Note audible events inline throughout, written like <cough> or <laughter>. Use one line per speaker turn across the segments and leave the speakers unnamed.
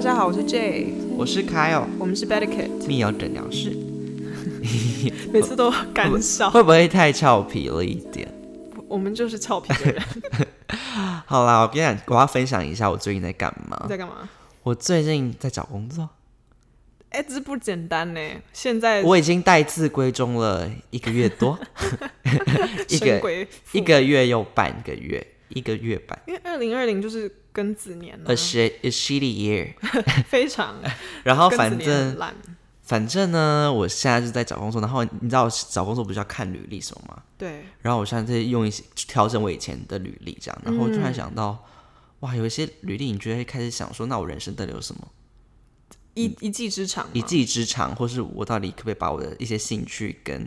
家好，我是 J，
我是 Kyle，
我们是 b e d i c a t
密友诊疗室，
<laughs> 每次都干笑，
会不会太俏皮了一点？
<laughs> 我们就是俏皮的人。
好啦，我跟你讲，我要分享一下我最近在干嘛
你。在干嘛？
我最近在找工作，
<laughs> 哎、这不简单呢。现在
我已经待字闺中了一个月多，一
神
个
鬼
一个月又半个月，一个月半。
因为二零二零就是庚子年了、
A shit, a shitty year。
非 <laughs> 常
然后
庚子年
反
很
正
烂。
反正呢，我现在就在找工作。然后你知道我找工作不是要看履历什么吗？
对，
然后我现在在用一些调整我以前的履历，这样，然后我突然想到，哇，有一些履历，你就会开始想说，那我人生到底有什么？
一嗯一技之长嘛，
一技之长，或是我到底可不可以把我的一些兴趣跟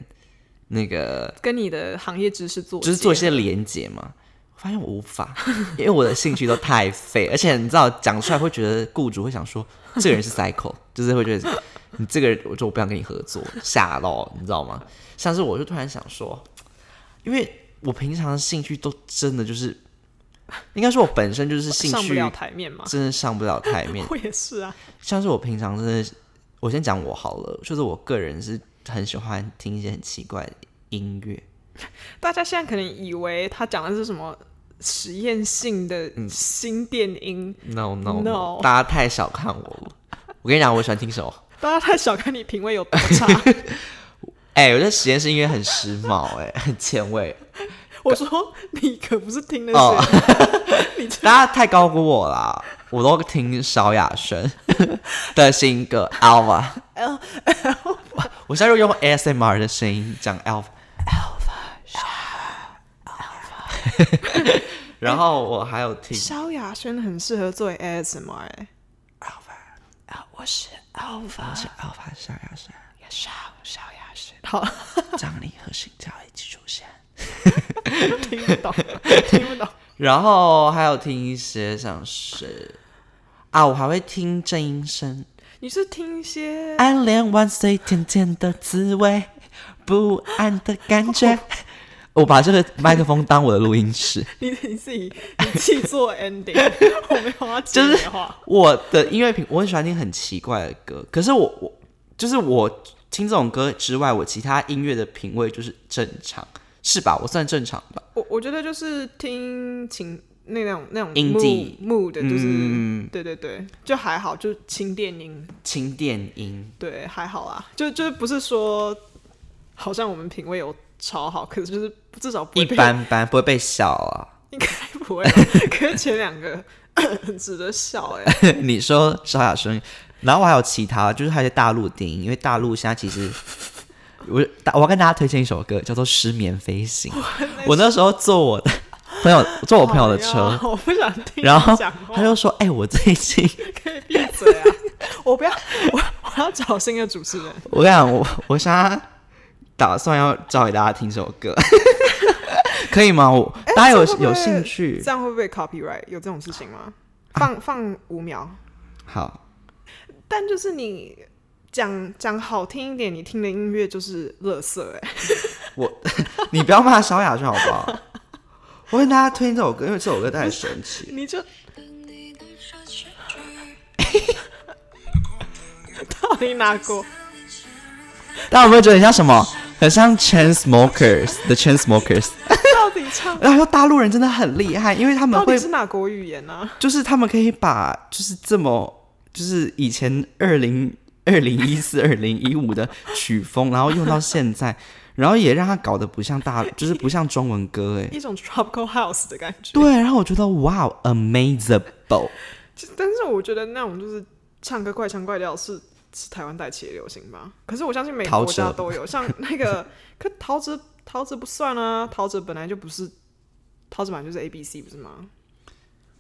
那个，
跟你的行业知识做
就是做一
结
些连接嘛？我发现我无法， <laughs> 因为我的兴趣都太废，而且你知道讲出来会觉得雇主会想说，这个人是 cycle，就是会觉得你这个人，我就不想跟你合作，吓到你知道吗？像是我就突然想说，因为我平常的兴趣都真的就是，应该说我本身就是兴
上不
趣
了台面嘛。
真的上不了台面，
<laughs> 我也是啊，
像是我平常真的是，我先讲我好了，就是我个人是很喜欢听一些很奇怪的音乐，
大家现在可能以为他讲的是什么实验性的新电音，
no no
No
大家太小看我了。我跟你讲，我喜欢听什么？ <laughs>
大家太小看你品味有多差。
哎、我觉得实验室音乐很时髦、哎， <laughs> 很前卫，
<laughs> 我说你可不是听那些，
哦大家太高估我啦。我都听萧亚轩 <laughs> 的新歌《Alpha》。我 <laughs> 现在就用 ASMR 的声音讲 Alpha。然 <laughs> 后我还有听
<laughs> 萧亚轩很适合作为 ASMR 哎、啊，我是 Alpha，
是 Alpha 萧亚轩。
也是萧亚轩。好， <laughs>
张力和性交一起出现。
听不 <laughs> 懂，听不懂。
然后还有听一些像是啊，我还会听郑音声，
你是听一些
暗恋万岁甜甜的滋味，不安的感觉。 <laughs> 我把这个麦克风当我的录音室，
你你自己你自己做 <laughs> ending，我没有要接你的话。
我的音乐品，我很喜欢听很奇怪的歌，可是我我就是我听这种歌之外，我其他音乐的品味就是正常，是吧？我算正常吧。
我我觉得就是听情那种那种
Indie
mood mood 的，就是、
嗯
对对对，就还好，就轻电音，
轻电音，
对，还好啦，就就是不是说好像我们品味有超好，可是就是至少不
一
会被
般般，不会被笑啊。
应该不会， <laughs> 可是前两个很值得笑哎、
<laughs> 你说萧亚轩，然后我还有其他，就是还有一些大陆电影，因为大陆现在其实 <laughs> 我大我要跟大家推荐一首歌，叫做《失眠飞行》。我那时候坐我的朋友坐我朋友的
哎
车
呀，我不想听你
然后
讲话
他就说：“哎、我最近
可以闭嘴啊！我不要， <laughs> 我我要找新的主持
<laughs>
人。
我跟你讲，我我现在打算要找给大家听这首歌， <laughs> 可以吗？我、大家有
哎这会不会
有兴趣
这？样会不会 copyright？有这种事情吗？
啊
放放五秒，
好，
但就是你讲讲好听一点，你听的音乐就是垃圾哎、
你不要骂萧亚轩好不好？我跟大家推荐这首歌，因为这首歌太神奇。
你就
等你的手牵着，
到底哪
<laughs>
过？
大家有没有觉得很像什么？很像 Chain Smokers 的 Chain Smokers。
到底唱？
然后大陆人真的很厉害，因为他们
到
会
底，是哪国语言啊？
就是他们可以把就是这么就是以前二零二零一四、二零一五的曲风，然后用到现在，然后也让它搞得不像大，就是不像中文歌哎。
一种 tropical house 的感觉。
对，然后我觉得哇，amazable。
其实但是我觉得那种就是唱歌怪腔怪调是是台湾带起的流行吧。可是我相信每个
陶
国家
喆
都有，像那
<laughs>
个可陶喆陶喆不算啊，陶喆本来就不是陶喆本来就是 A B C 不是吗？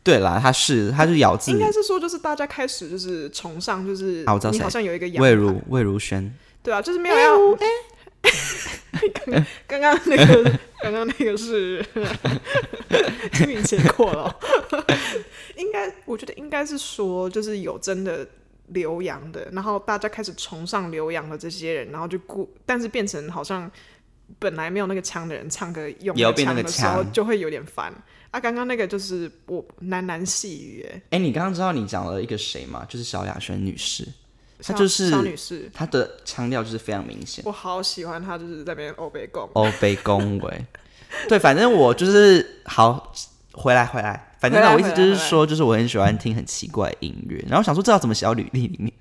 对啦，它是它是咬字
应，该是说就是大家开始就是崇尚就是
啊我知道
你
谁
好像有一个洋
魏如魏如萱。
对啊，就是没
哎
有要。 <laughs> 刚刚那个，刚刚那个是 <laughs> 清明节过了 <laughs> 哦，应该我觉得应该是说，就是有真的留洋的，然后大家开始崇尚留洋的这些人，然后就故，但是变成好像本来没有那个腔的人唱歌用
也要
那个
变那
腔
个
的时候，
腔
就会有点烦。啊，刚刚那个就是我喃喃细语，哎，
哎、你刚刚知道你讲了一个谁吗？就是萧亚轩女士，她
肖
就是
肖女士，
她的腔调就是非常明显。
我好喜欢她，就是在那边欧北贡。
哦，被恭维。对，反正我就是好回来回来。反正呢，
回来
我一直就是
回来
说，就是我很喜欢听很奇怪的音乐，然后想说这要怎么写到履历里面，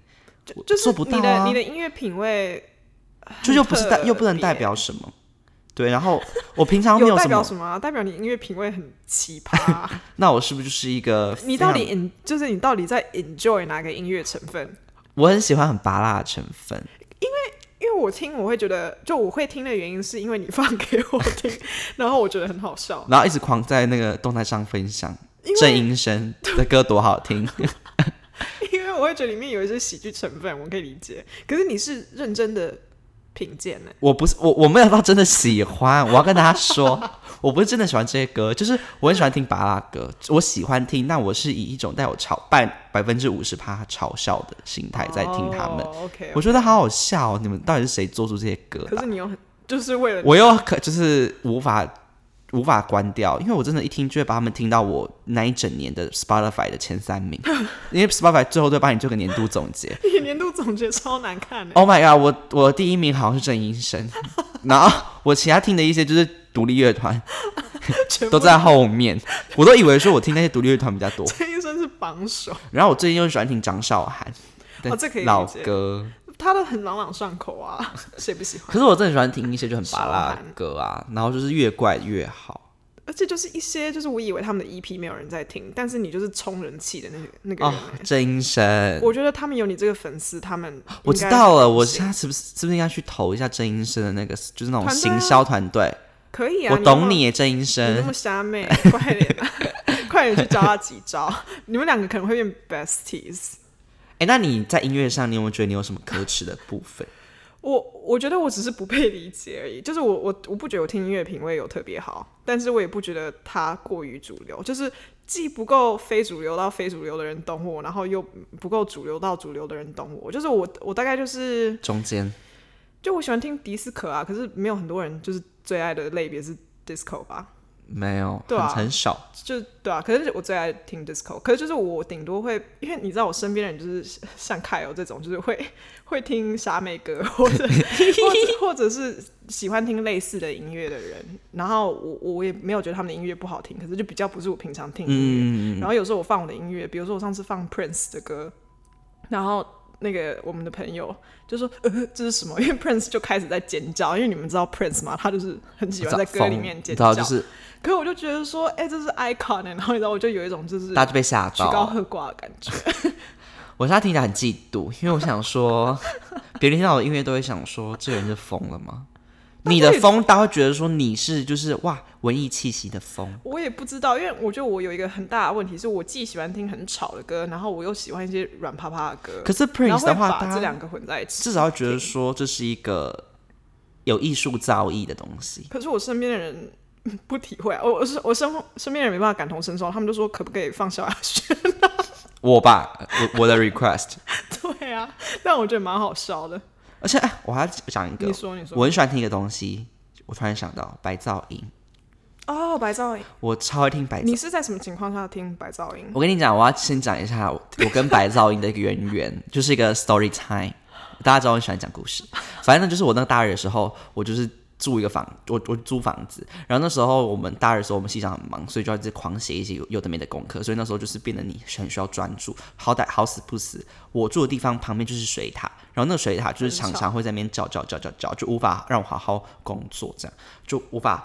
就就是
做不
你
到
的
啊
你的音乐品味
就又不是代
特
又不能代
别
表什么。对，然后我平常
有
没有
代
什
表
么，
什么啊？代表你音乐品味很奇
<laughs>
葩啊、
那我是不是就是一个
你
非
到
常
底 en 就是你到底在 enjoy 哪个音乐成分？
我很喜欢很拔辣的成分，
因为我听我会觉得，就我会听的原因是因为你放给我
<laughs>
听，然后我觉得很好笑。
然后一直狂在那个动态上分享
因为
郑英生的歌多好听，
因为我会觉得里面有一些喜剧成分，我可以理解。可是你是认真的品鉴欸呢、
我不是我我没有到真的喜欢，我要跟大家说， <laughs> 我不是真的喜欢这些歌，就是我很喜欢听巴拉歌，我喜欢听，但我是以一种带有嘲百百分之五十趴嘲笑的心态在听他们，
o k
我觉得好好笑、哦，你们到底是谁做出这些歌
哦可
的啊、
是你又很就是为了
我又可就是无法无法关掉，因为我真的一听就会把他们听到我那一整年的 Spotify 的前
<laughs>
三名，因为 Spotify 最后都会帮你做个年度总结，
你年度总结超难看欸呢、
Oh my god！我我第一名好像是郑医生， <laughs> 然后我其他听的一些就是独立乐团
全部
都在后面，我都以为说我听那些独立乐团比较多。
这一生是榜首，
然后我最近又喜欢听张韶涵的
哦这可以理解
老歌，
他的很朗朗上口
<laughs>
啊，谁不喜欢？
可是我真的喜欢听一些就很巴
韶
拉
涵
歌啊，然后就是越怪越好
而且就是一些，就是我以为他们的 EP 没有人在听，但是你就是冲人气的那个那个
<laughs> 哦
人欸、。
郑医生，
我觉得他们有你这个粉丝，他们
我
应
知
该
道了，
很
我
开心
现在是不是是不是应该去投一下郑医生的那个就是那种
团队啊
行销团队？
可以啊，
我
你那
懂
么
你耶，郑医
你那
生
么。瞎妹，快点、 <laughs> 啊，快点去教他几招，你们两个可能会变 besties。
哎，那你在音乐上，你有没有觉得你有什么可耻的部分？
我我觉得我只是不被理解而已，就是我我我不觉得我听音乐品味有特别好，但是我也不觉得它过于主流，就是既不够非主流到非主流的人懂我，然后又不够主流到主流的人懂我，就是我我大概就是
中间。
就我喜欢听迪斯科啊，可是没有很多人就是最爱的类别是 disco 吧，
没有，
对啊
很很少。
就对啊，可是我最爱听 disco，可是就是我顶多会，因为你知道我身边人就是 <laughs> 像凯友这种，就是会 <laughs> 会听傻妹歌， <laughs> 或
<laughs>
者或者或者是喜欢听类似的音乐的人。然后我我也没有觉得他们的音乐不好听，可是就比较不是我平常听的音乐。
嗯，
然后有时候我放我的音乐，比如说我上次放 Prince 的歌，然后那个我们的朋友就说：“呃，这是什么？” <laughs> 因为 Prince 就开始在尖叫，因为你们知道 Prince 嘛，他就是很喜欢在歌里面尖
知
叫，
道就是
可是我就觉得说，哎、这是 icon，、欸、然后你知道，我就有一种就是
大家就被吓
曲高
到。
和寡的感觉。
我现在听起来很嫉妒，因为我
<laughs>
想说，别人听到我的音乐都会想说，这人是疯了吗？你的疯，大家会觉得说你是就是哇文艺气息的疯，
我也不知道，因为我觉得我有一个很大的问题，是我既喜欢听很吵的歌，然后我又喜欢一些软趴趴的歌。
可是
然
Prince
后
的
会
话，
把
大
这
家
两个混在一起。
至少会觉得说这是一个有艺术造诣的东西。
可是我身边的人嗯不体会、啊，我我是我身身边的人没办法感同身受，他们就说可不可以放萧亚轩？
我吧，我我的 request，
<laughs>
<laughs>
对啊，但我觉得蛮好笑的。
而且哎，我还要讲一个
你，说，你说，
我很喜欢听一个东西，我突然想到白噪音，
哦，白噪音，
我超爱听白噪音
你。是在什么情况下听白噪音？
我跟你讲，我要先讲一下我我跟白噪音的一个渊源，就是一个 story time。大家知道我很喜欢讲故事，反正就是我那个大二的时候，我就是住一个房，我我租房子，然后那时候我们大二的时候，我们系上很忙，所以就要一直狂写一些有有的没的功课，所以那时候就是变得你很需要专注。好歹好死不死，我住的地方旁边就是水塔，然后那个水塔就是
很吵
常常会在那边叫叫叫叫叫，就无法让我好好工作，这样就无法。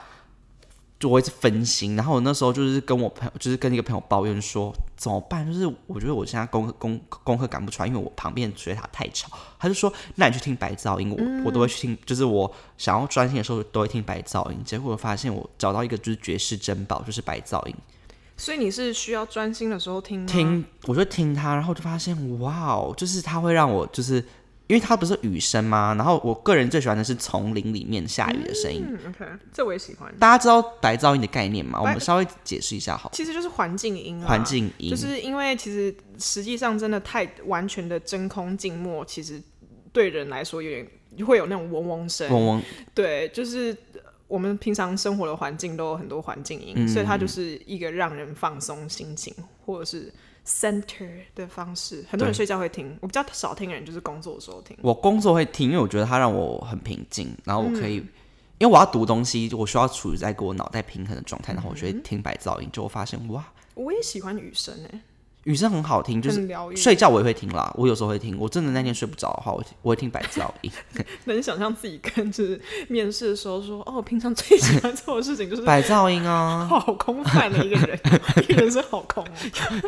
就我一直分心，然后我那时候就是跟我朋友，就是跟一个朋友抱怨说怎么办？就是我觉得我现在功课功功课赶不出来，因为我旁边的水塔太吵。他就说，那你去听白噪音，我、
嗯
我都会去听，就是我想要专心的时候都会听白噪音。结果我发现我找到一个就是绝世珍宝，就是白噪音。
所以你是需要专心的时候听吗？
听，我就听它，然后就发现哇哦，就是它会让我就是，因为它不是雨声吗？然后我个人最喜欢的是丛林里面下雨的声音。
嗯，OK，这我也喜欢。
大家知道白噪音的概念吗？我
白
们稍微解释一下好了，
其实就是环境音、啊，
环境音
就是因为其实实际上真的太完全的真空静默，其实对人来说有点会有那种嗡嗡声，
嗡嗡，
对，就是我们平常生活的环境都有很多环境音，
嗯
所以它就是一个让人放松心情或者是 center 的方式。很多人
对
睡觉会听，我比较少听的人就是工作的时候听。
我工作会听，因为我觉得它让我很平静，然后我可以，
嗯
因为我要读东西，我需要处于在跟我脑袋平衡的状态，然后我就会听白噪音，就会发现哇，
我也喜欢雨声诶、
雨声很好听，就是
很疗愈。
睡觉我也会听啦，我有时候会听，我真的那天睡不着的话，我我会听白噪
<laughs>
音，
能想象自己跟就是面试的时候说，哦，我平常最喜欢做的事情就是
白噪音啊， <laughs>
好空泛的一个人，一个人是好空哦。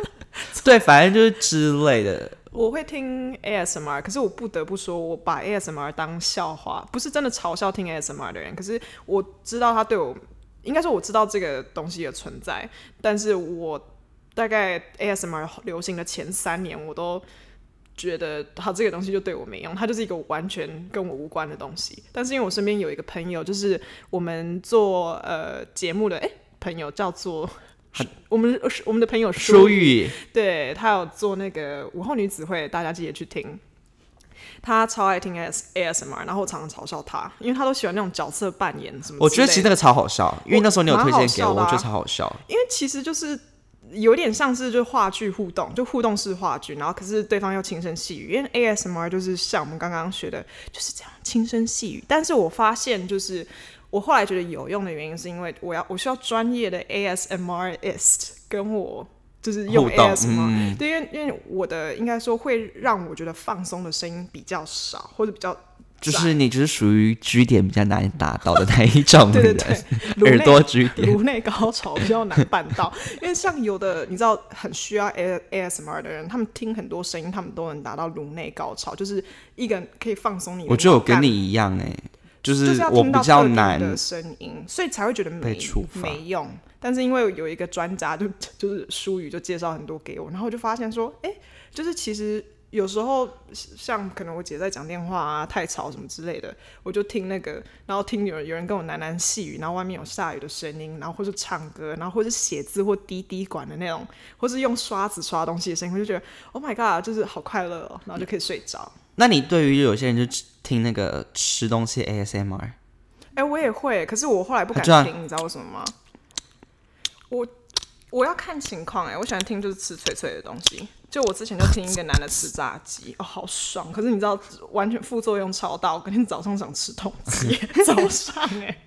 对，反正就是之类的，
我会听 ASMR，可是我不得不说，我把 ASMR 当笑话，不是真的嘲笑听 ASMR 的人。可是我知道他对我，应该说我知道这个东西的存在，但是我大概 ASMR 流行的前三年，我都觉得它这个东西就对我没用，它就是一个完全跟我无关的东西。但是因为我身边有一个朋友，就是我们做呃节目的哎、朋友叫做。我们呃我们的朋友
舒
舒宇，
语
<laughs> 对他有做那个午后女子会，大家记得去听。他超爱听 AS ASMR，然后我常常嘲笑他，因为他都喜欢那种角色扮演什么之类的。
我觉得其实那个超好笑，因为那时候你有推荐给我，
蛮好笑的
我
啊
觉得超好笑。
因为其实就是有点像是就话剧互动，就互动式话剧，然后可是对方又轻声细语，因为 ASMR 就是像我们刚刚学的，就是这样轻声细语。但是我发现就是我后来觉得有用的原因，是因为我要我需要专业的 ASMRist 跟我。就是用
互动
ASMR，、
嗯
对，因为因为我的应该说会让我觉得放松的声音比较少，或者比较
就是你就是属于居点比较难达到的那一种
<laughs> 对
人，
对对，颅内
耳朵居点。
颅内高潮比较难办到，因为像有的你知道很需要 A ASMR 的人，他们听很多声音，他们都能达到颅内高潮，就是一个可以放松你的
我觉得我跟
脑
你
干。
一样哎、就
就是要
我
听到
比较
特定
难，
的声音，所以才会觉得
被
没
触发
没用。但是因为有一个专家就 <laughs> 就是舒宇就介绍很多给我，然后我就发现说，哎、就是其实有时候像可能我姐在讲电话啊、太吵什么之类的，我就听那个，然后听有人有人跟我喃喃细语，然后外面有下雨的声音，然后或是唱歌，然后或是写字或滴滴管的那种，或是用刷子刷东西的声音，我就觉得 Oh my God，就是好快乐哦，然后就可以睡着。
那你对于有些人就吃听那个吃东西 ASMR，
哎、我也会，可是我后来不敢
这样
听，你知道为什么吗？我我要看情况哎、我喜欢听就是吃脆脆的东西。就我之前就听一个男的吃炸鸡，哦，好爽！可是你知道，完全副作用超大。我隔天早上想吃桶
<laughs>
鸡，早上哎、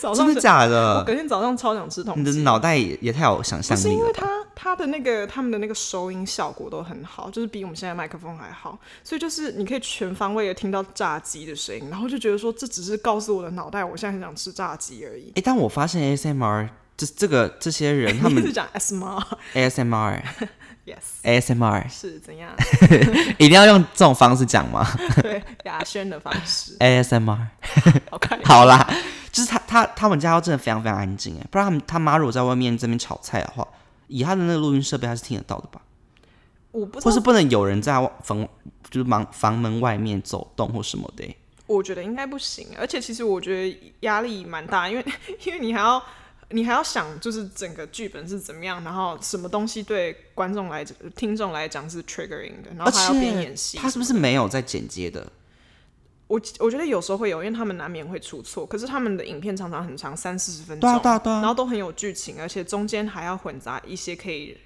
早上
真的
就
假
我
的？
隔天早上超想吃桶
你的
鸡。
脑袋也也太有想象
不是
力
因为
了吧？
他他的那个他们的那个收音效果都很好，就是比我们现在麦克风还好，所以就是你可以全方位的听到炸鸡的声音，然后就觉得说这只是告诉我的脑袋，我现在很想吃炸鸡而已。
哎、但我发现 ASMR 这这个这些人他
你 <laughs> 一
们
直讲 S 吗
<laughs> ASMR
？Yes， <laughs>
ASMR
是怎样？
一定要用这种方式讲吗
对，雅轩的方式， <laughs>
？ASMR
好看。
好啦，就是他他他们家真的非常非常安静哎，不然他们他妈如果在外面这边炒菜的话，以他的那个录音设备还是听得到的吧？
我不
或
知
是
道，
不能有人在外房就是房房门外面走动或什么的欸、
我觉得应该不行。而且其实我觉得压力蛮大，因为因为你还要。你还要想，就是整个剧本是怎么样，然后什么东西对观众来、听众来讲是 triggering 的，然后还要边演戏。
他是不是没有在剪接的？
我我觉得有时候会有，因为他们难免会出错。可是他们的影片常常很长，三四十分钟，
对啊对啊对啊
然后都很有剧情，而且中间还要混杂一些可以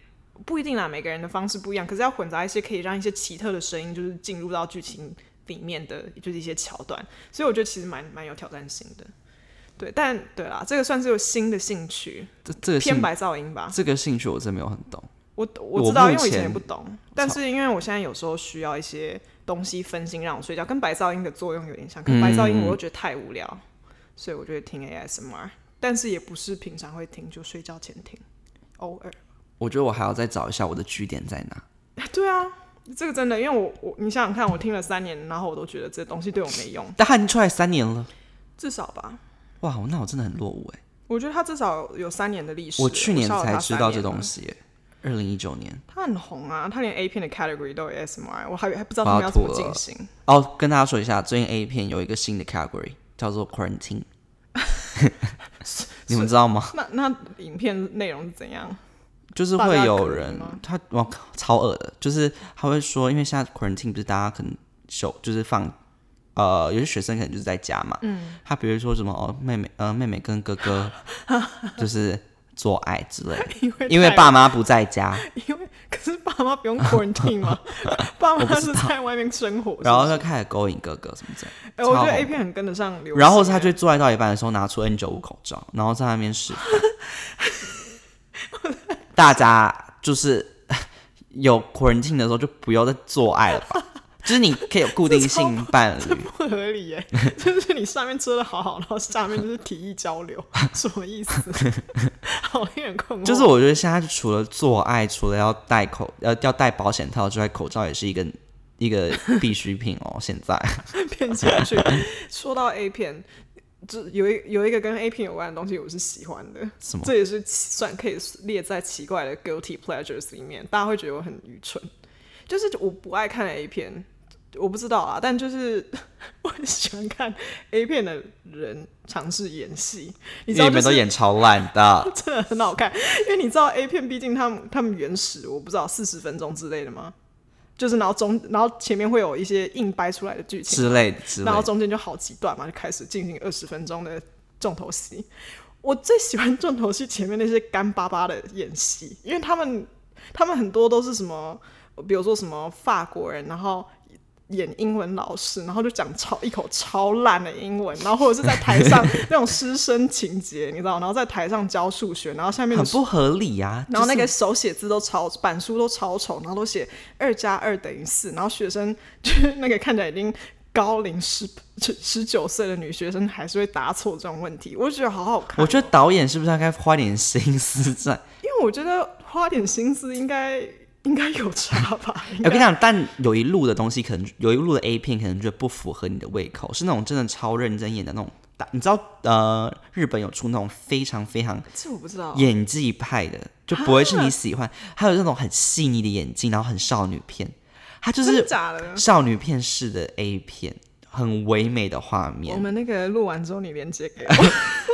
不一定啦，每个人的方式不一样，可是要混杂一些可以让一些奇特的声音，就是进入到剧情里面的，就是一些桥段。所以我觉得其实蛮蛮有挑战性的。对，但对啦，这个算是有新的兴趣，
这这个
偏
兴
白噪音吧。
这个兴趣我真没有很懂。
我我
我
知道，
目
因为我以前也
前
不懂，但是因为我现在有时候需要一些东西分心让我睡觉，跟白噪音的作用有点像。可白噪音
嗯
我又觉得太无聊，所以我就会听 ASMR，但是也不是平常会听，就睡觉前听，偶尔。 <laughs>
我觉得我还要再找一下我的据点在哪。
对啊，这个真的，因为我我你想想看，我听了三年，然后我都觉得这东西对我没用，
但他已经出来三年了，
至少吧，
哇，那我真的很落伍哎、
我觉得它至少有三年的历史。
我去年
烧了
才
它
知
三
道
年
这东
了。
西、欸，二零一九年。
它很红啊，它连 A 片的 category 都有 ASMR，我还还不知道
我
他们
要
要怎么
吐了
进行。
哦，跟大家说一下，最近 A 片有一个新的 category 叫做
<laughs>
quarantine，你们知道吗？
那那影片内容是怎样？
就是
大
会
家
有
可以
人
吗
他哇超恶的，就是他会说，因为现在 quarantine 不是大家可能休就是放呃，有些学生可能就是在家嘛，嗯，他比如说什么哦，妹妹呃，妹妹跟
<laughs>
哥哥就是做爱之类的，
因为
因为爸妈不在家，
因为可是爸妈不用 quarantine
<laughs>
吗？爸
我不
妈
知
是
道
在外面生活，
然后
是
就开始勾引哥哥什么之类
不是，
的，
哎，我觉
超
得
好
A 片很跟得上流行欸。
然后他就做爱到一半的时候拿出 N 九五口罩，然后在那边试。 <laughs> 大家就是有 quarantine 的时候就不要再做爱了吧， <laughs> 就是你可以有固定性伴
<laughs>
侣。
<laughs> 不合理耶， <laughs> 就是你上面遮的好好，然后下面就是提议交
<laughs>
流，什么意思？好令人困惑。哦
就是我觉得现在除了做爱，除了要戴口呃要戴保险套之外，口罩也是一个一个必需品哦。现在
骗进去。说到 A 片，就有一有一个跟 A 片有关的东西，我是喜欢的
什么，
这也是奇算可以列在奇怪的 guilty pleasures 里面。大家会觉得我很愚蠢，就是我不爱看 A 片，我不知道啊，但就是 <laughs> 我很喜欢看 A 片的人尝试演戏， <laughs> 你知
因
道、就
为你
是，，
们都演超烂的
真的很好看，因为你知道 A 片，毕竟他们他们原始我不知道四十分钟之类的吗？就是然后中然后前面会有一些硬掰出来的剧情，
之类的
<laughs>
之类
然后
的。
中间就好几段嘛，就开始进行二十分钟的重头戏。我最喜欢重头戏前面那些干巴巴的演戏，因为他们他们很多都是什么，比如说什么法国人，然后。演英文老师，然后就讲超一口超烂的英文，然后或者是在台上
<laughs>
那种师生情节，你知道，然后在台上教数学，然后下面的
很不合理啊！
然后那
就
个
是
手写字都超板书都超丑，然后都写二加二等于四，然后学生 <laughs> 就是那个看起来已经高龄十十九岁的女学生还是会答错这种问题，我就觉得好好看。
我觉得导演是不是应该花点心思在？
因为我觉得花点心思应该应该有差吧。应
哎我跟你
该
讲，但有一路的东西可能有一路的 A 片可能就不符合你的胃口，是那种真的超认真演的那种大。你知道呃，日本有出那种非常非常
这我不知道，
演技派的，就不会是你喜
啊
欢。还有那种很细腻的眼睛，然后很少女片，它就
真
是
的假的？
少女片式的 A 片，很唯美的画
我
面。
们那个录完之后你连接
<laughs>
给我，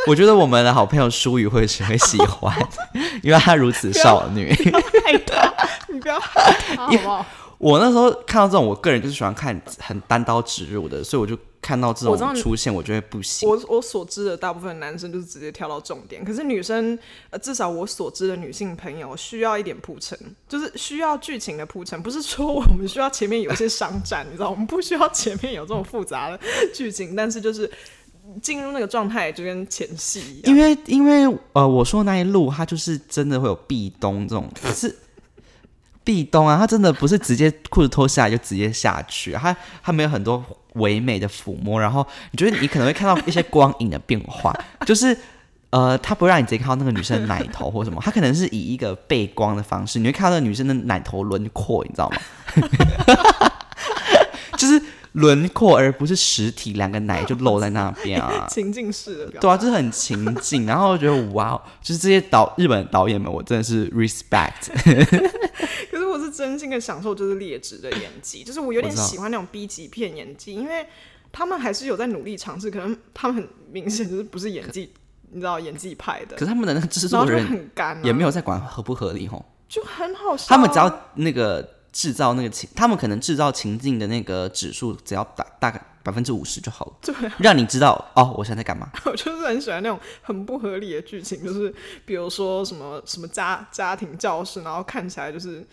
我觉得我们的好朋友舒雨会是会喜欢，
<laughs>
因为她如此少女。
不要
哎
害他， <laughs> 你不要害他好不好？
我那时候看到这种，我个人就是喜欢看很单刀直入的，所以我就看到这
我知道
种
你
出现，我就会不行。
我我所知的大部分男生就是直接跳到重点，可是女生，呃，至少我所知的女性朋友需要一点铺陈，就是需要剧情的铺陈，不是说我们需要前面有一些商战，你知道，我们不需要前面有这种复杂的剧情，但是就是进入那个状态就跟前戏一样，
因为因为呃，我说那一路，它就是真的会有壁咚这种，
<laughs>
是壁咚啊，它真的不是直接裤子脱下来就直接下去，它它没有很多唯美的抚摸，然后你觉得你可能会看到一些光影的变化， <laughs> 就是。呃，它不会让你直接看到那个女生的奶头或什么，它可能是以一个背光的方式，你会看到那个女生的奶头轮廓，你知道吗？ <laughs> 就是轮廓，而不是实体，两个奶就露在那边啊。
情境式的表达
对啊，就是很情境，然后我觉得哇哦，就是这些导日本导演们，我真的是 respect。
可是我是真心的享受就是劣质的演技，就是我有点
我知道
喜欢那种 B 级片演技，因为他们还是有在努力尝试，可能他们很明显就是不是演技，你知道演技派的
可是。他们的那个制
然后
作
就
人
很干、啊，
也没有在管合不合理吼，
就很好笑啊、
他们只要那个制造那个情，他们可能制造情境的那个指数只要大大概百分之五十就好了，
对啊、
让你知道哦，我现在在干嘛。
<laughs> 我就是很喜欢那种很不合理的剧情，就是比如说什么什么家家庭教室，然后看起来就是。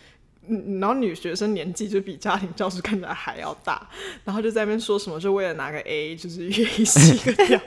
嗯，然后女学生年纪就比家庭教室看起来还要大，然后就在那边说什么就为了拿个 A，就是愿意洗个 <laughs> 掉。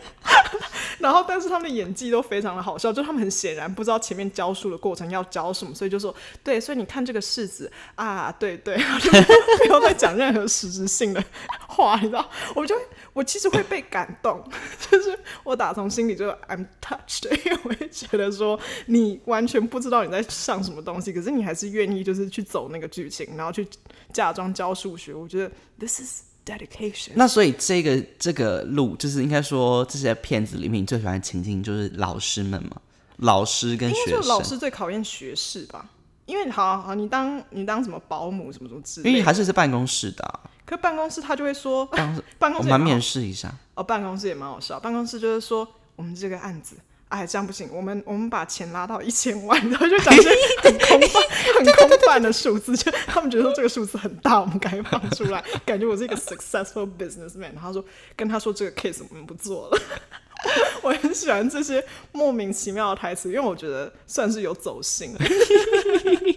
然后，但是他们的演技都非常的好笑，就他们很显然不知道前面教书的过程要教什么，所以就说对，所以你看这个式子啊，对对， <laughs> 然后就不用再讲任何实质性的话，你知道，我就我其实会被感动，就是我打从心里就 I'm touched，因为我会觉得说你完全不知道你在上什么东西，可是你还是愿意就是去走那个剧情，然后去假装教数学，我觉得 this is dedication。
那所以这个这个路，就是应该说这些片子里面，你最喜欢的情境就是老师们嘛，老师跟
应该
学
就是老
生，
师最考验学士吧，因为好好你当你当什么保姆什么什么之
因为
类的，
还是在办公室的、啊，
可办公室他就会说，
办公室
办
我
公室也蛮
们来面
好
试一下。
哦，办公室也蛮好笑，办公室就是说我们这个案子哎，这样不行，我们我们把钱拉到一千万， <laughs> 然后就讲一些很空泛、很空泛的数字，就他们觉得说这个数字很大，我们赶紧放出来，感觉我是一个 successful businessman。然后他说跟他说这个 case 我们不做了。 <laughs> 我很喜欢这些莫名其妙的台词，因为我觉得算是有走心。 <laughs>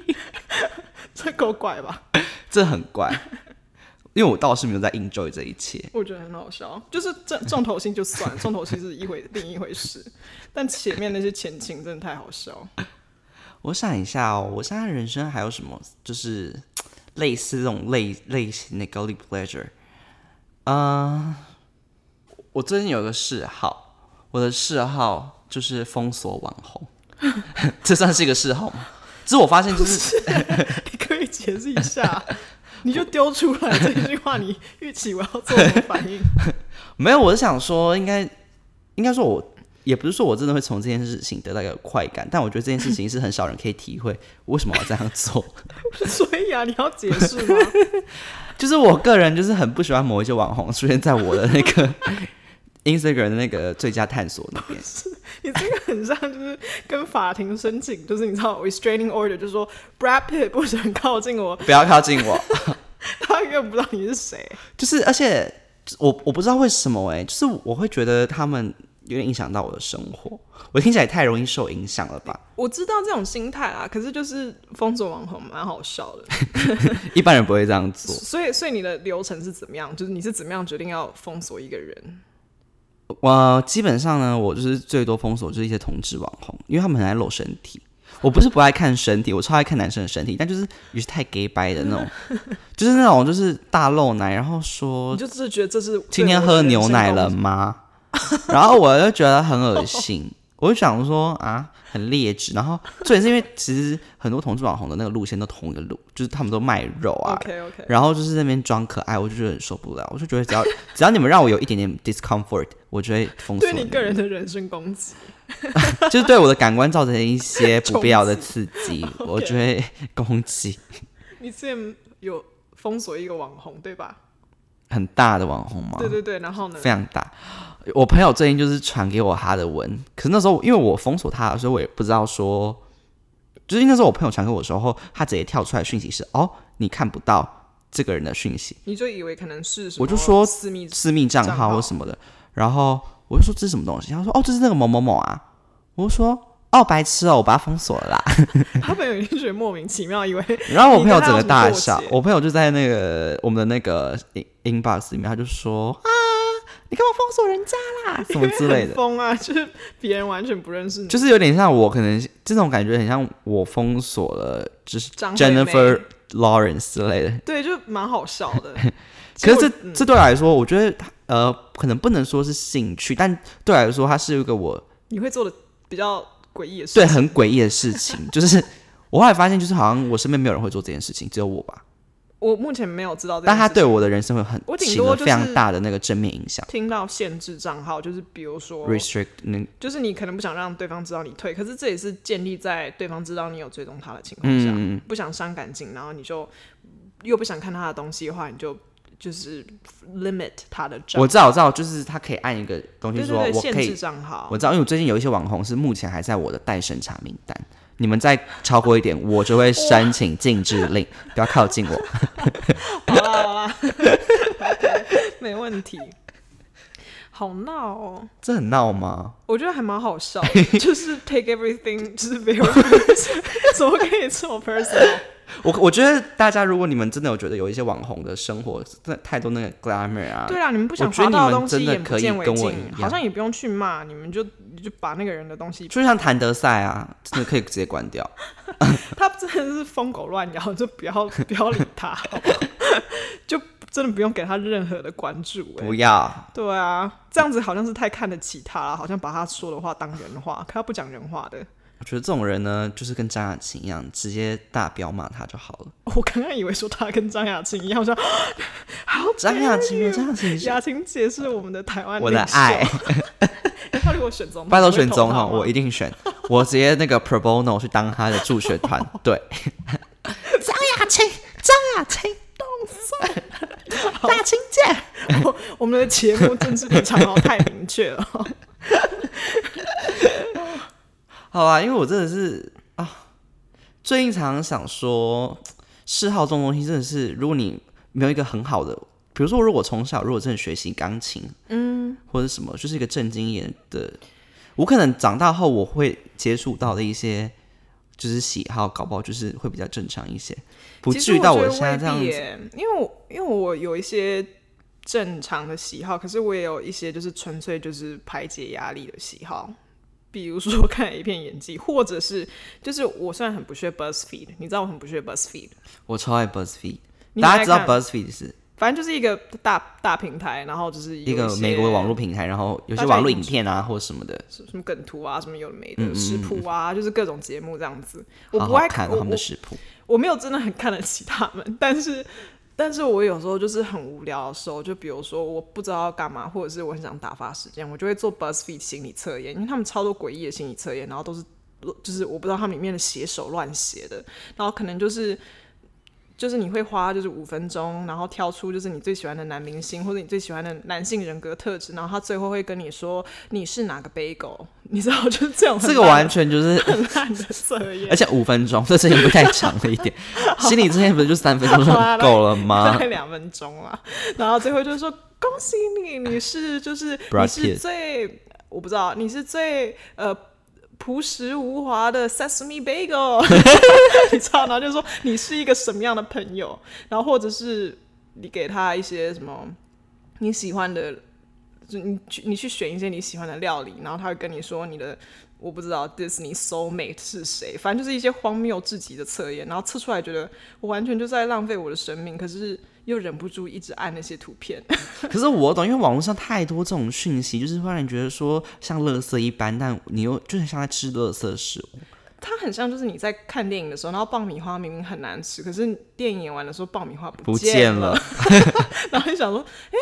这够怪吧？
这很怪。 <laughs> 因为我倒是没有在 enjoy 这一切，
我觉得很好笑，就是重重头戏就算了，重头戏是一回另一回事，但前面那些前情真的太好笑。
我想一下哦，我现在人生还有什么就是类似这种类类型的 guilty pleasure？嗯、我最近有个嗜好，我的嗜好就是封锁网红， <laughs> 这算是一个嗜好吗？这是我发现就是
<laughs> 你可以解释一下，你就丢出来这句话，你预期我要做什么反应？ <laughs>
没有，我是想说应该应该说我。也不是说我真的会从这件事情得到一个快感，但我觉得这件事情是很少人可以体会为什么我要这样做。
所以啊，你要解释吗？
就是我个人就是很不喜欢某一些网红出现在我的那个 <laughs> Instagram 的那个最佳探索那边。
你这个很像就是跟法庭申请，就是你知道 restraining order，就是说 Brad Pitt 不准靠近我，
不要靠近我。
他根本不知道你是谁。
<laughs> 就是，而且我我不知道为什么哎、就是我会觉得他们有点影响到我的生活。我听起来太容易受影响了吧？
我知道这种心态啦，可是就是封锁网红蛮好笑的。
<laughs> 一般人不会这样做。
所以，所以你的流程是怎么样？就是你是怎么样决定要封锁一个人？
我基本上呢，我就是最多封锁就是一些同志网红，因为他们很爱露身体。我不是不爱看身体，我超爱看男生的身体，但就是有些太 gay 掰的那 <laughs> 种，就是那种就是大露奶，然后说
你就只是觉得这是
今天喝牛奶
<laughs>
了？吗？然后我就觉得很恶心，我就想说啊，很劣质。然后重点是因为其实很多同志网红的那个路线都同一个路，就是他们都卖肉啊
OK OK，
然后就是那边装可爱，我就觉得很受不了。我就觉得只要只要你们让我有一点点 discomfort，我就会封
<laughs>
锁
对你
们
个人的人身攻击。
就是对我的感官造成一些不必要的刺
<laughs> 冲
激，
击
我就会攻击
你之前有封锁一个网红对吧？
很大的网红嘛。
对对对，然后呢？
啊非常大。我朋友最近就是传给我他的文，可是那时候因为我封锁他，所以我也不知道说，就是那时候我朋友传给我的时候，他直接跳出来讯息是哦，你看不到这个人的讯息，
你就以为可能是什么
我就说
私密
私密账
账
号
号
或什么的，然后我就说这是什么东西，他说哦，这是那个某某某啊，我就说哦，白痴哦，我把他封锁了啦。
<laughs> 他朋友一定觉得莫名其妙，以为
然后我朋友整个大
你跟他有
笑
什么过，节
我朋友就在那个我们的那个 in inbox 里面，他就说啊，你干嘛封锁人家啦，什么之类
因为
的
很。疯啊，就是别人完全不认识你，
就是有点像我可能这种感觉，很像我封锁了，就是 Jennifer Lawrence 之类的。
对，就蛮好笑的。
<laughs> 可
其实
是这、
我嗯
这对我来说，我觉得它呃，可能不能说是兴趣，但对我来说，它是一个我
你会做的比较诡异的事，
对很诡异的事情。就是我后来发现，就是好像我身边没有人会做这件事情，只有我吧。
我目前没有知道这件事情，
但他对我的人生会有很
我顶
起
多
了
就是
非常大的那个正面影响。
听到限制账号，就是比如说，
restrict 那
就是你可能不想让对方知道你退，可是这也是建立在对方知道你有追踪他的情况下，
嗯
不想伤感情，然后你就又不想看他的东西的话，你就就是 limit 他的账
我，知道我知道，就是他可以按一个东西
对
说
对对，
我可
限
以
制账号
我。知道，因为我最近有一些网红是目前还在我的待审查名单，你们再超过一点，我就会申请禁止令，不要靠近我。
<laughs> 好啦好啦 OK，没问题。好闹哦，
这很闹吗？
我觉得还蛮好笑的，就是 take everything 就是 very personal，怎么可以这么 personal？
我我觉得大家，如果你们真的有觉得有一些网红的生活真的太多那个 glamour 啊，
对啦，你们不想
我觉得
滑
你
到
们
东西
真的
眼不
可以
见为
跟
净
我一，
好
样
像也不用去骂，你们就你就把那个人的东西，
就像谭德赛啊，真的可以直接关掉。
他真的是疯狗乱咬，就不要不要理他，好不好 <laughs> 就真的不用给他任何的关注、欸。
不要，
<laughs> 对啊，这样子好像是太看得起他了，好像把他说的话当人话，可他不讲人话的。 <laughs>
我觉得这种人呢，就是跟张雅琴一样，直接大彪骂他就好了。
我刚刚以为说他跟张雅琴一样，我想好
张雅琴，啊张雅
<laughs>
琴是
雅琴姐是我们的台湾
我的
领 <laughs> 袖欸
爱，
他如果选总统，
拜托
你会
选
投
总
他
统，
吗
我一定选，我直接那个 pro bono 去当他的助选
<laughs>
团队。
张雅琴，张雅琴，动手，大琴姐。
我我们的节目政治立场好像太明确了。
好啊，因为我真的是啊，最近常常想说，嗜好这种东西真的是，如果你没有一个很好的，比如说，如果我从小如果真的学习钢琴，嗯，或者什么，就是一个正经一点的，我可能长大后我会接触到的一些。就是喜好，搞不好就是会比较正常一些，不
其
至
实
于到
我觉得
现在这样
未必
子。
耶，因为我因为我有一些正常的喜好，可是我也有一些就是纯粹就是排解压力的喜好。比如说 <laughs> 看一片演技，或者是就是我虽然很不屑 BuzzFeed，你知道我很不屑 BuzzFeed，
我超爱 BuzzFeed，
你很
大家
爱
知道
看
BuzzFeed 是
反正就是一个大大平台，然后就是有
一个
些
美国的网络平台，然后有些
大家
网络
已
影
经
片啊或者什么的，
什么梗图啊，什么有的没
嗯
的食谱啊，就是各种节目这样子。我
好
不
好
爱
看
我
他们
我
的食谱。
我没有真的很看得起他们，但是， <laughs> 但是我有时候就是很无聊的时候，就比如说我不知道要干嘛，或者是我很想打发时间，我就会做 BuzzFeed 心理测验，因为他们超多诡异的心理测验，然后都是就是我不知道他们里面的写手乱写的，然后可能就是。就是你会花就是五分钟，然后挑出就是你最喜欢的男明星或者你最喜欢的男性人格特质，然后他最后会跟你说你是哪个 bagel，你知道就是这种很
这个
烂
完全就是，
<laughs> 很烂的测验
而，且五分钟， <laughs> 这时间不太长了一
<laughs>
点。心理之前不是就三分钟就
好啦
很够了
大 <laughs>
吗
概？两分钟啦，然后最后就是说恭喜你，你是就是
Brad
你是
Pitt
最我不知道你是最呃朴实无华的 sesame
<laughs>
bagel，你知道，然后就说你是一个什么样的朋友，然后或者是你给他一些什么你喜欢的。就你去你去选一些你喜欢的料理，然后他会跟你说你的我不知道 Disney soul mate 是谁，反正就是一些荒谬至极的测验，然后测出来觉得我完全就在浪费我的生命，可是又忍不住一直按那些图片。
可是我懂，因为网络上太多这种讯息，就是会让你觉得说像垃圾一般，但你又就很像在吃垃圾食物。
它很像就是你在看电影的时候，然后爆米花明明很难吃，可是电影演完的时候爆米花
不
见
见了
<laughs> 然后你想说，哎、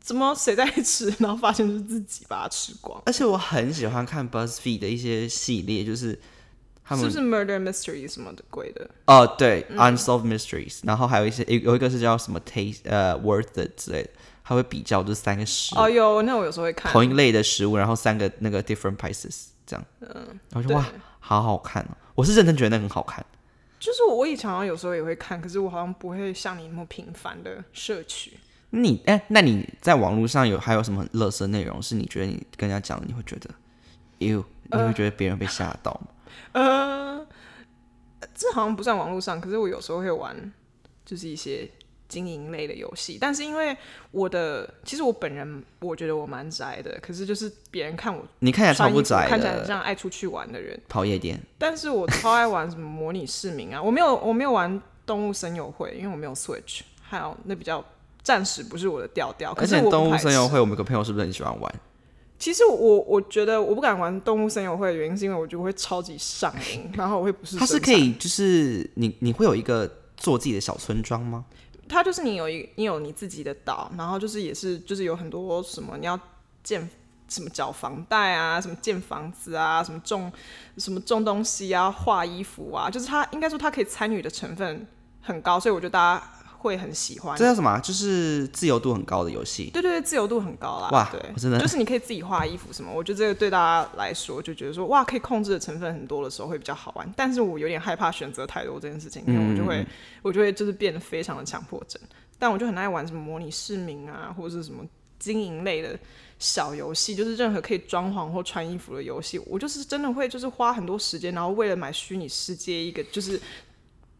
怎么谁在吃？然后发现是自己把它吃光。
而且我很喜欢看 BuzzFeed 的一些系列，就是他
是
们
不是嗯 murder mystery 什么的鬼的？
哦，对、u n s o l v e d Mysteries，然后还有一些有有一个是叫什么 Taste 呃 Worth It 之类的，它会比较就是三个食物、
哦有，那我有时候会看。
同一类的食物，然后三个那个 different prices 这样，嗯，然后就哇，好好看哦，我是认真觉得那很好看，
就是我以前好像有时候也会看，可是我好像不会像你那么频繁的摄取。
你哎、那你在网络上有还有什么乐色内容是你觉得你跟人家讲了你会觉得，you 你会觉得别人被吓到吗？
<laughs> 呃，这好像不算网络上，可是我有时候会玩，就是一些经营类的游戏。但是因为我的，其实我本人我觉得我蛮宅的，可是就是别人看我
你看起来超
穿衣
不
服，
宅
看起来很
的，
像爱出去玩的人。
跑夜店，
但是我超爱玩什么模拟市民啊，我没有我没有玩动物森友会，因为我没有 Switch，还有那比较暂时不是我的调调。哦可
而
是
且
我不
动物
排
森友
斥
会，我们有个朋友是不是很喜欢玩？
其实我我觉得我不敢玩动物森友会的原因，是因为我就会超级上瘾，然后我会不是
它是
生
可
产
以就是你你会有一个做自己的小村庄吗？
它就是你有一你有你自己的岛，然后就是也是就是有很多什么你要建什么缴房贷啊，什么建房子啊，什么种什么种东西啊，画衣服啊，就是它应该说它可以参与的成分很高，所以我觉得大家会很喜欢
这。叫什么啊？就是自由度很高的游戏。
对对对，自由度很高啦。
哇
对，
我真的
就是你可以自己画衣服什么，我觉得这个对大家来说就觉得说哇，可以控制的成分很多的时候会比较好玩。但是我有点害怕选择太多这件事
嗯
情，因为我就会、我就会就是变得非常的强迫症。但我就很爱玩什么模拟市民啊，或者是什么经营类的小游戏，就是任何可以装潢或穿衣服的游戏，我就是真的会就是花很多时间，然后为了买虚拟世界一个就是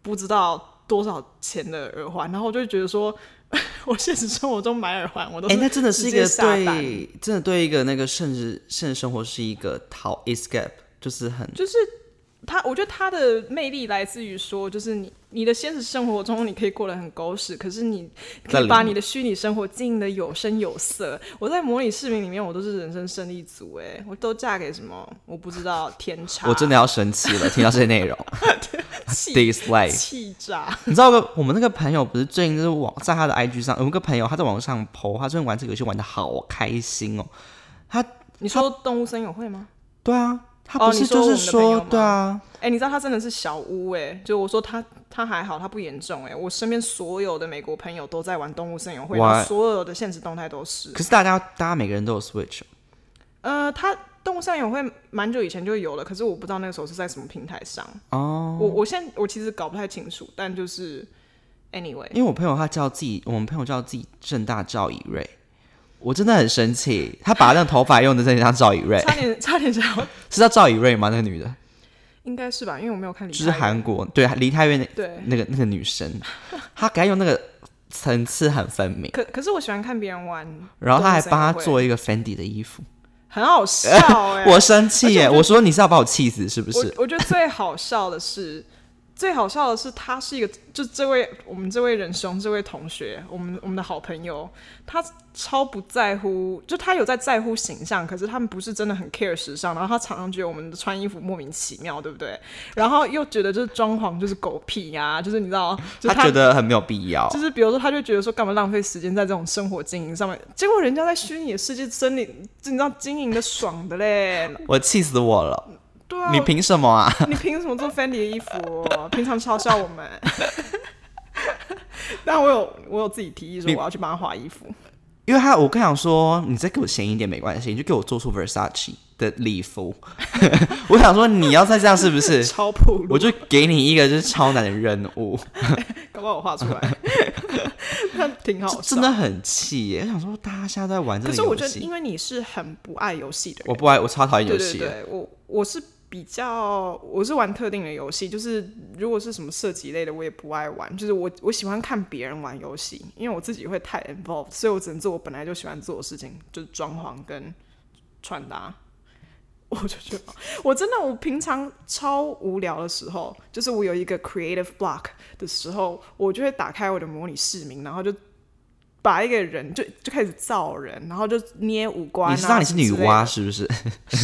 不知道多少钱的耳环，然后我就会觉得说。 <laughs> 我现实生活中买耳环，我都
哎、那真的
直
是一
接
个
下单
对，真的对一个那个甚至现实生活是一个逃 escape，就是很
就是他，我觉得他的魅力来自于说，就是你你的现实生活中你可以过得很狗屎，可是你可
在
以
里
把
面
你的虚拟生活经营的有声有色。我在模拟市民里面，我都是人生胜利组、欸，我都嫁给什么我不知道 <laughs> 天差，
我真的要生
<laughs>
气了，听到这些内容
气
，dislike。
气炸。
你知道个我们那个朋友不是最近就是网在他的 IG 上，有一个朋友他在网上 PO，他最近玩这个游戏玩的好开心哦。他
你说动物森友会吗？
对啊，他
哦
不
你
是
说
就
我们的
是
朋友
说
吗
对啊，
哎、你知道他真的是小巫哎、就我说他他还好，他不严重哎、我身边所有的美国朋友都在玩动物森友会，然后
Why？
所有的现实动态都是。
可是大家大家每个人都有 Switch，哦
呃，他动物上游会蛮久以前就有了，可是我不知道那个时候是在什么平台上。
哦。
我我现在我其实搞不太清楚，但就是 anyway，
因为我朋友他叫自己，我们朋友叫自己正大赵以瑞，我真的很生气，他把那个头发用的真的像赵以瑞，
差点 <laughs> 差点想要，
是叫赵以瑞吗？那个女的，
应该是吧？因为我没有看李
就是
泰源
韩国对梨泰院那
对。
那个那个女生，她给他用那个层次很分明，
可可是我喜欢看别人玩，
然后他还帮
<laughs>
他
动物森友会，
做一个 Fendi 的衣服，
很好笑
<laughs>
哎、
我生气耶！
而且我觉得
我说你是要把我气死是不是？
我我觉得最好笑的是，最好笑的是，他是一个，就这位我们这位仁兄，这位同学，我们我们的好朋友，他超不在乎，就他有在在乎形象，可是他们不是真的很 care 时尚，然后他常常觉得我们的穿衣服莫名其妙，对不对？然后又觉得就是装潢就是狗屁呀、就是你知道，就是
他觉得很没有必要
就。是比如说，他就觉得说干嘛浪费时间在这种生活经营上面，结果人家在虚拟的世界真的，你知道经营的爽的嘞。
我气死我了！
对啊，
你凭什么啊？ <laughs>
你凭什么做 Fendi 的衣服？平常嘲笑我们。 <laughs> 但我有我有自己提议说
你
我要去帮他画衣服，
因为他，我刚想说，你再给我闲一点没关系，你就给我做出 Versace 的礼服。 <laughs> 我想说，你要再这样是不
<laughs>
是？
超普
我
鲁，
就给你一个就是超难的任务，
搞不好我画出来， <laughs> 那挺好
这
笑。
真的，很气耶！我想说，大家现在都在玩这
可
个
是我
游
觉得，因
戏，
为你是很不爱游戏的人，
我不爱，我超讨厌游
对对
戏的。
对，我我是比较我是玩特定的游戏，就是如果是什么射击类的，我也不爱玩。就是我我喜欢看别人玩游戏，因为我自己会太 involved，所以我只能做我本来就喜欢做的事情，就是装潢跟穿搭。我就觉得，我真的我平常超无聊的时候，就是我有一个 creative block 的时候，我就会打开我的模拟市民，然后就把一个人就就开始造人，然后就捏五官、啊。
你知道你是女
什么之类的
娲是不是？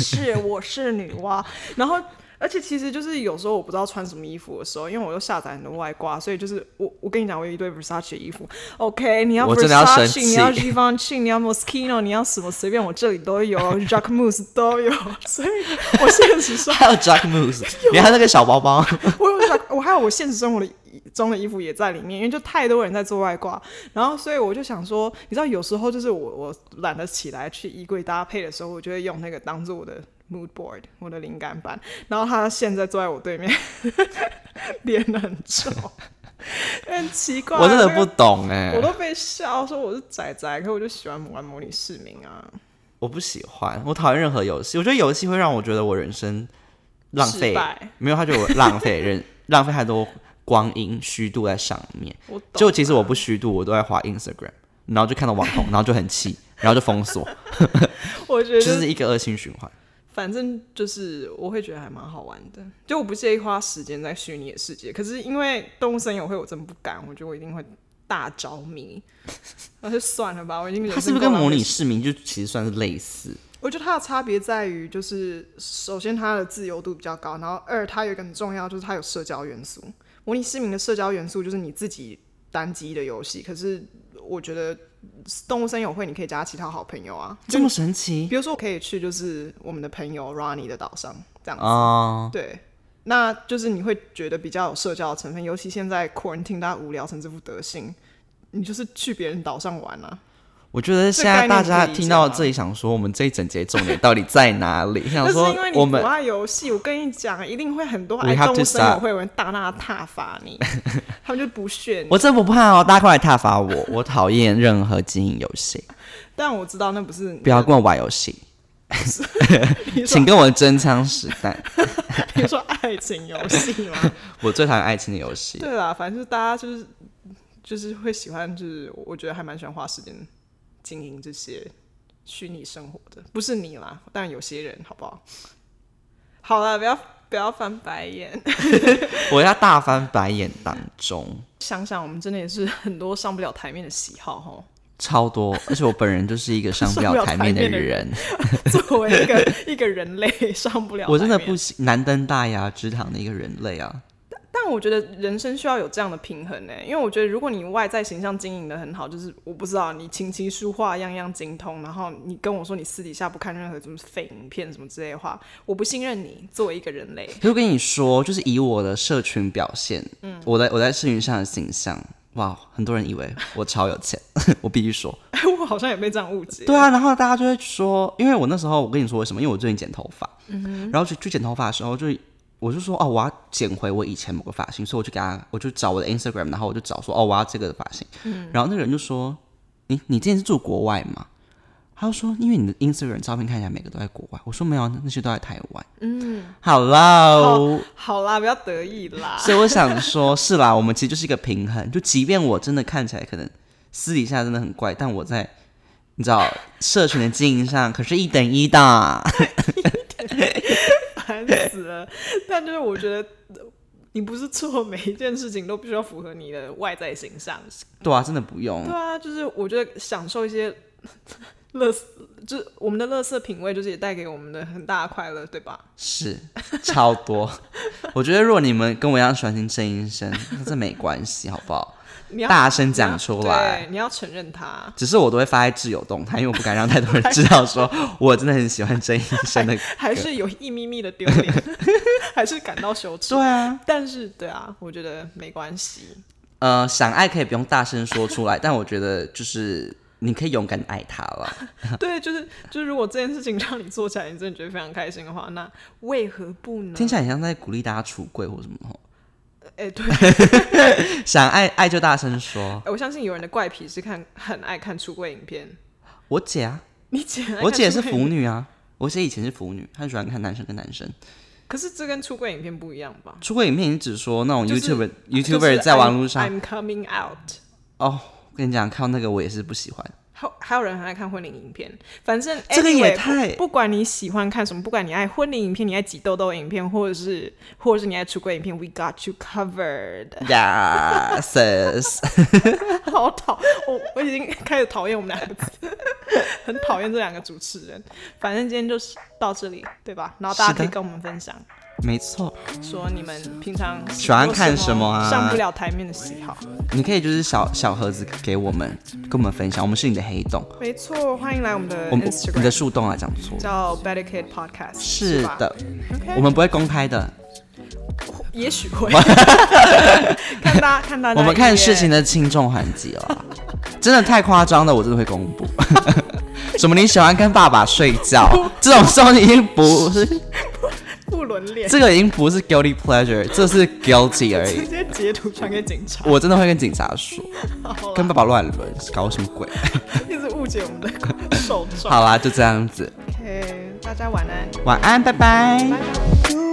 是，我是女娲。然后，而且其实就是有时候我不知道穿什么衣服的时候，因为我又下载很多外挂，所以就是我我跟你讲，我有一堆 Versace 的衣服。OK，你要
我真的要生
Versace，你要
气
Givenchy，你要 Moschino，你要什么随便我这里都有 <laughs> j a c k m o s 都有。所以我现实上，
<laughs> 还有 Jack
<laughs>
Moose，你
啊
还有那个小包包，
我有 Jacques- 我还有我现实生活的衣中的衣服也在里面，因为就太多人在做外挂，然后所以我就想说，你知道有时候就是我我懒得起来去衣柜搭配的时候，我就会用那个当做我的 mood board，我的灵感板。然后他现在坐在我对面， <laughs> 脸很臭，很奇怪，
我真的
这
不
个
懂哎、
啊我都被笑说我是仔仔，可我就喜欢玩模拟市民啊。
我不喜欢，我讨厌任何游戏。我觉得游戏会让我觉得我人生浪
失
费
败，
没有，他觉得我浪费人， <laughs> 浪费太多光阴虚度在上面。
我懂啊
就其实我不虚度，我都在滑 Instagram，然后就看到网
<laughs>
红，然后就很气，然后就封锁，
我觉
就
得
是一个恶性循环。
反正就是我会觉得还蛮好玩的，就我不介意花时间在虚拟的世界。可是因为动物森友会，我真不敢，我觉得我一定会大着
<laughs>
迷。那就算了吧，我已经
它是不是跟模拟
市？
市民就其实算是类似？
我觉得它的差别在于，就是首先它的自由度比较高，然后二它有一个很重要，就是它有社交元素。模拟市民的社交元素就是你自己单机的游戏，可是我觉得动物森友会你可以加其他好朋友啊，
这么神奇
比如说我可以去就是我们的朋友 Ronnie 的岛上这样子。
哦，
对，那就是你会觉得比较有社交的成分，尤其现在 quarantine 大家无聊成这副德行，你就是去别人岛上玩啊。
我觉得现
这概
在
念
大
可以
家
理
听
解
到
吗
这里，想说我们这一整节重点到底在哪里？
<laughs>
想
但是
说
因为你
我
不
们
爱游戏，我跟你讲，一定会很多
We
爱
have
动
to
物森友
stop.
会有人大大挞伐
<laughs>
你，他们就不屑你
我。真不怕哦，大家快来挞伐我！我讨厌任何经营游戏，
但我知道那不是你
不要跟我玩游戏，
你说
请跟我真枪实弹。 <laughs>
你说爱情游戏吗？
我最讨厌爱情的游戏，
对啦，反正就是大家就是就是会喜欢，就是我觉得还蛮喜欢花时间经营这些虚拟生活的，不是你啦，但有些人好不好？好了，不要不要翻白眼， <laughs>
我要大翻白眼当中
想想我们真的也是很多上不了台面的喜好吼。 <laughs>
超多，而且我本人就是一个上不
上不
了
了
台面的
台面的
人，
作为一个一个人类上不了，
我真的不。行，难登大雅之堂的一个人类啊！
但我觉得人生需要有这样的平衡呢、因为我觉得如果你外在形象经营的很好，就是我不知道你琴棋书画样样精通，然后你跟我说你私底下不看任何什么废影片什么之类的话，我不信任你作为一个人类。 <laughs> 嗯
可是我跟你说，就是以我的社群表现，我在我在社群上的形象，哇，很多人以为我超有钱， <laughs> 我必须说，
哎，我好像也被这样误解。
对啊，然后大家就会说，因为我那时候我跟你说为什么？因为我最近剪头发，
嗯
然后去去剪头发的时候就，我就说哦，我要剪回我以前某个发型，所以我就给他，我就找我的 Instagram，然后我就找说哦，我要这个发型，
嗯
然后那个人就说你你之前是住国外吗？他就说因为你的 Instagram 照片看起来每个都在国外，我说没有啊，那些都在台湾。嗯，Hello，
好啦，不要得意啦。
所以我想说，是啦，我们其实就是一个平衡。就即便我真的看起来可能私底下真的很怪，但我在你知道社群的经营上可是一等一的。 <laughs>
烦死了。但就是我觉得，你不是做每一件事情都必须要符合你的外在形象。
对啊，真的不用
对。啊，就是我觉得享受一些 <laughs> 乐色，就是我们的乐色品味，就是也带给我们的很大的快乐，对吧？
是超多。我觉得如果你们跟我一样喜欢听郑医生，那这没关系，好不好？
你要
大声讲出来。
对，你要承认它。
只是我都会发在挚友动态，因为我不敢让太多人知道，说我真的很喜欢郑医生的歌。
还是有一咪咪的丢脸， <laughs> 还是感到羞耻
对。啊，
但是，对啊，我觉得没关系。 <laughs>
呃，想爱可以不用大声说出来，但我觉得就是你可以勇敢地爱他了。
对，就是就是，如果这件事情让你做起来，你真的觉得非常开心的话，那为何不呢？
听起来很像在鼓励大家出柜或什么吼。
哎、
<laughs>
对，
想爱爱就大声说。
我相信有人的怪癖是看 <laughs> 很爱看出柜影片。
我姐啊，
你姐很爱看
我姐是
出柜
腐女啊，我姐以前是腐女，她喜欢看男生跟男生。
可是这跟出柜影片不一样吧
出柜影片，你只说那种
就是
YouTuber、
就是
YouTuber 在网络上
I'm, I'm coming out。
哦。我跟你讲，看到那个我也是不喜欢。
还有还有人很爱看婚礼影片，反正 anyway,
这个也太
不不管你喜欢看什么，不管你爱婚礼影片，你爱挤痘痘影片，或者是或者是你爱出柜影片，We got you covered。 <laughs>
Yes，
好讨，我我已经开始讨厌我们两个字，很讨厌这两个主持人。反正今天就是到这里，对吧？然后大家
是
可
的
以跟我们分享，
没错，
说你们平常
喜欢看
有
什么啊
上不了台面的喜好。
你可以就是小小盒子给我们，跟我们分享，我们是你的黑洞，
没错，欢迎来我们的
我们你的
Instagram，
树洞啊，讲错了。
叫 Better Kid Podcast，
是
吧
的
OK
我们不会公开的，
也许
<laughs>
会看大家看大家，
我们看事情
的。
的轻重缓急
<laughs>
了。真的太夸张了，我真的会公布。 <laughs> 什么你喜欢跟爸爸睡觉，这种时候已经不
<laughs>
是
不伦恋，
这个已经不是 guilty pleasure，这是 guilty 而
直
已。
接截图传给警察，
我真的会跟警察说，
<laughs> 好啦啊
跟爸爸乱伦，搞什么鬼？ <laughs>
一直误解我们的受众。
好啦，就这样子，
，OK，大家晚安，
晚安，拜拜
拜拜。
You